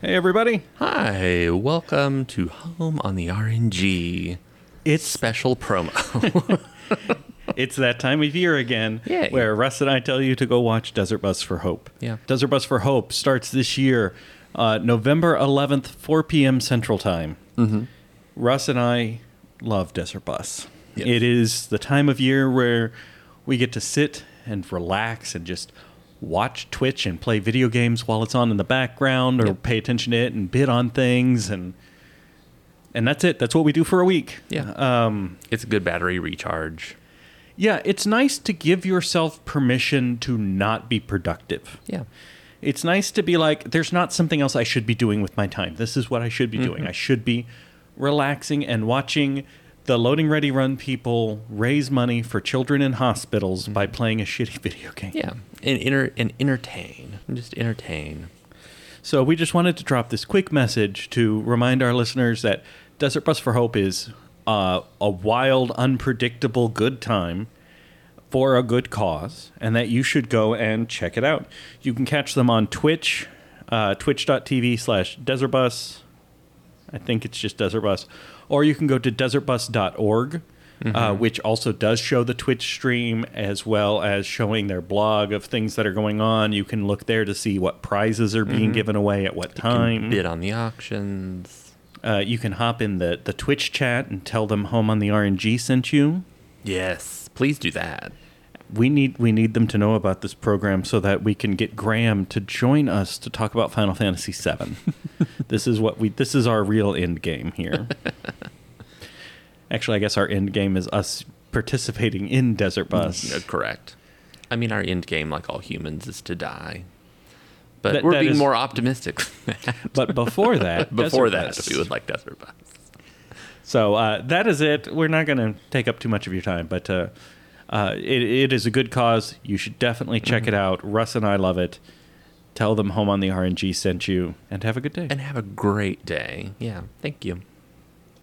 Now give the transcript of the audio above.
Hey, everybody. Hi, welcome to Home on the RNG It's special promo. it's that time of year again Yay. where Russ and I tell you to go watch Desert Bus for Hope. Yeah. Desert Bus for Hope starts this year, uh, November 11th, 4 p.m. Central Time. Mm-hmm. Russ and I love Desert Bus. Yes. It is the time of year where we get to sit and relax and just watch Twitch and play video games while it's on in the background or Yep. pay attention to it and bid on things and and that's it. That's what we do for a week. Uh, yeah. it's a good battery recharge. Yeah, it's nice to give yourself permission to not be productive. Yeah. It's nice to be like, there's not something else I should be doing with my time. This is what I should be doing. Mm-hmm. I should be relaxing and watching the Loading Ready Run people raise money for children in hospitals by playing a shitty video game. Mm-hmm. Yeah. And enter and entertain. Just entertain. So we just wanted to drop this quick message to remind our listeners that Desert Bus for Hope is uh, a wild, unpredictable good time for a good cause, and that you should go and check it out. You can catch them on Twitch, uh, twitch.tv slash desertbus. I think it's just Desert Bus. Or you can go to desertbus.org, uh, which also does show the Twitch stream as well as showing their blog of things that are going on. You can look there to see what prizes are being given away at what time. Bid on the auctions. uh, you can hop in the, the Twitch chat and tell them Home on the RNG sent you. Yes. Please do that. We need we need them to know about this program so that we can get Graham to join us to talk about Final Fantasy VII. this is what we this is our real end game here. Actually, I guess our end game is us participating in Desert Bus. No, Uh, correct. I mean, our end game, like all humans, is to die. But That- we're that being is- more optimistic than that. But before that, Before Desert that, Bus. we would like Desert Bus. So uh, that is it. We're not going to take up too much of your time, but uh, uh, it, it is a good cause. You should definitely check Mm-hmm. it out. Russ and I love it. Tell them Home on the RNG sent you, and have a good day. And have a great day. Yeah. Thank you.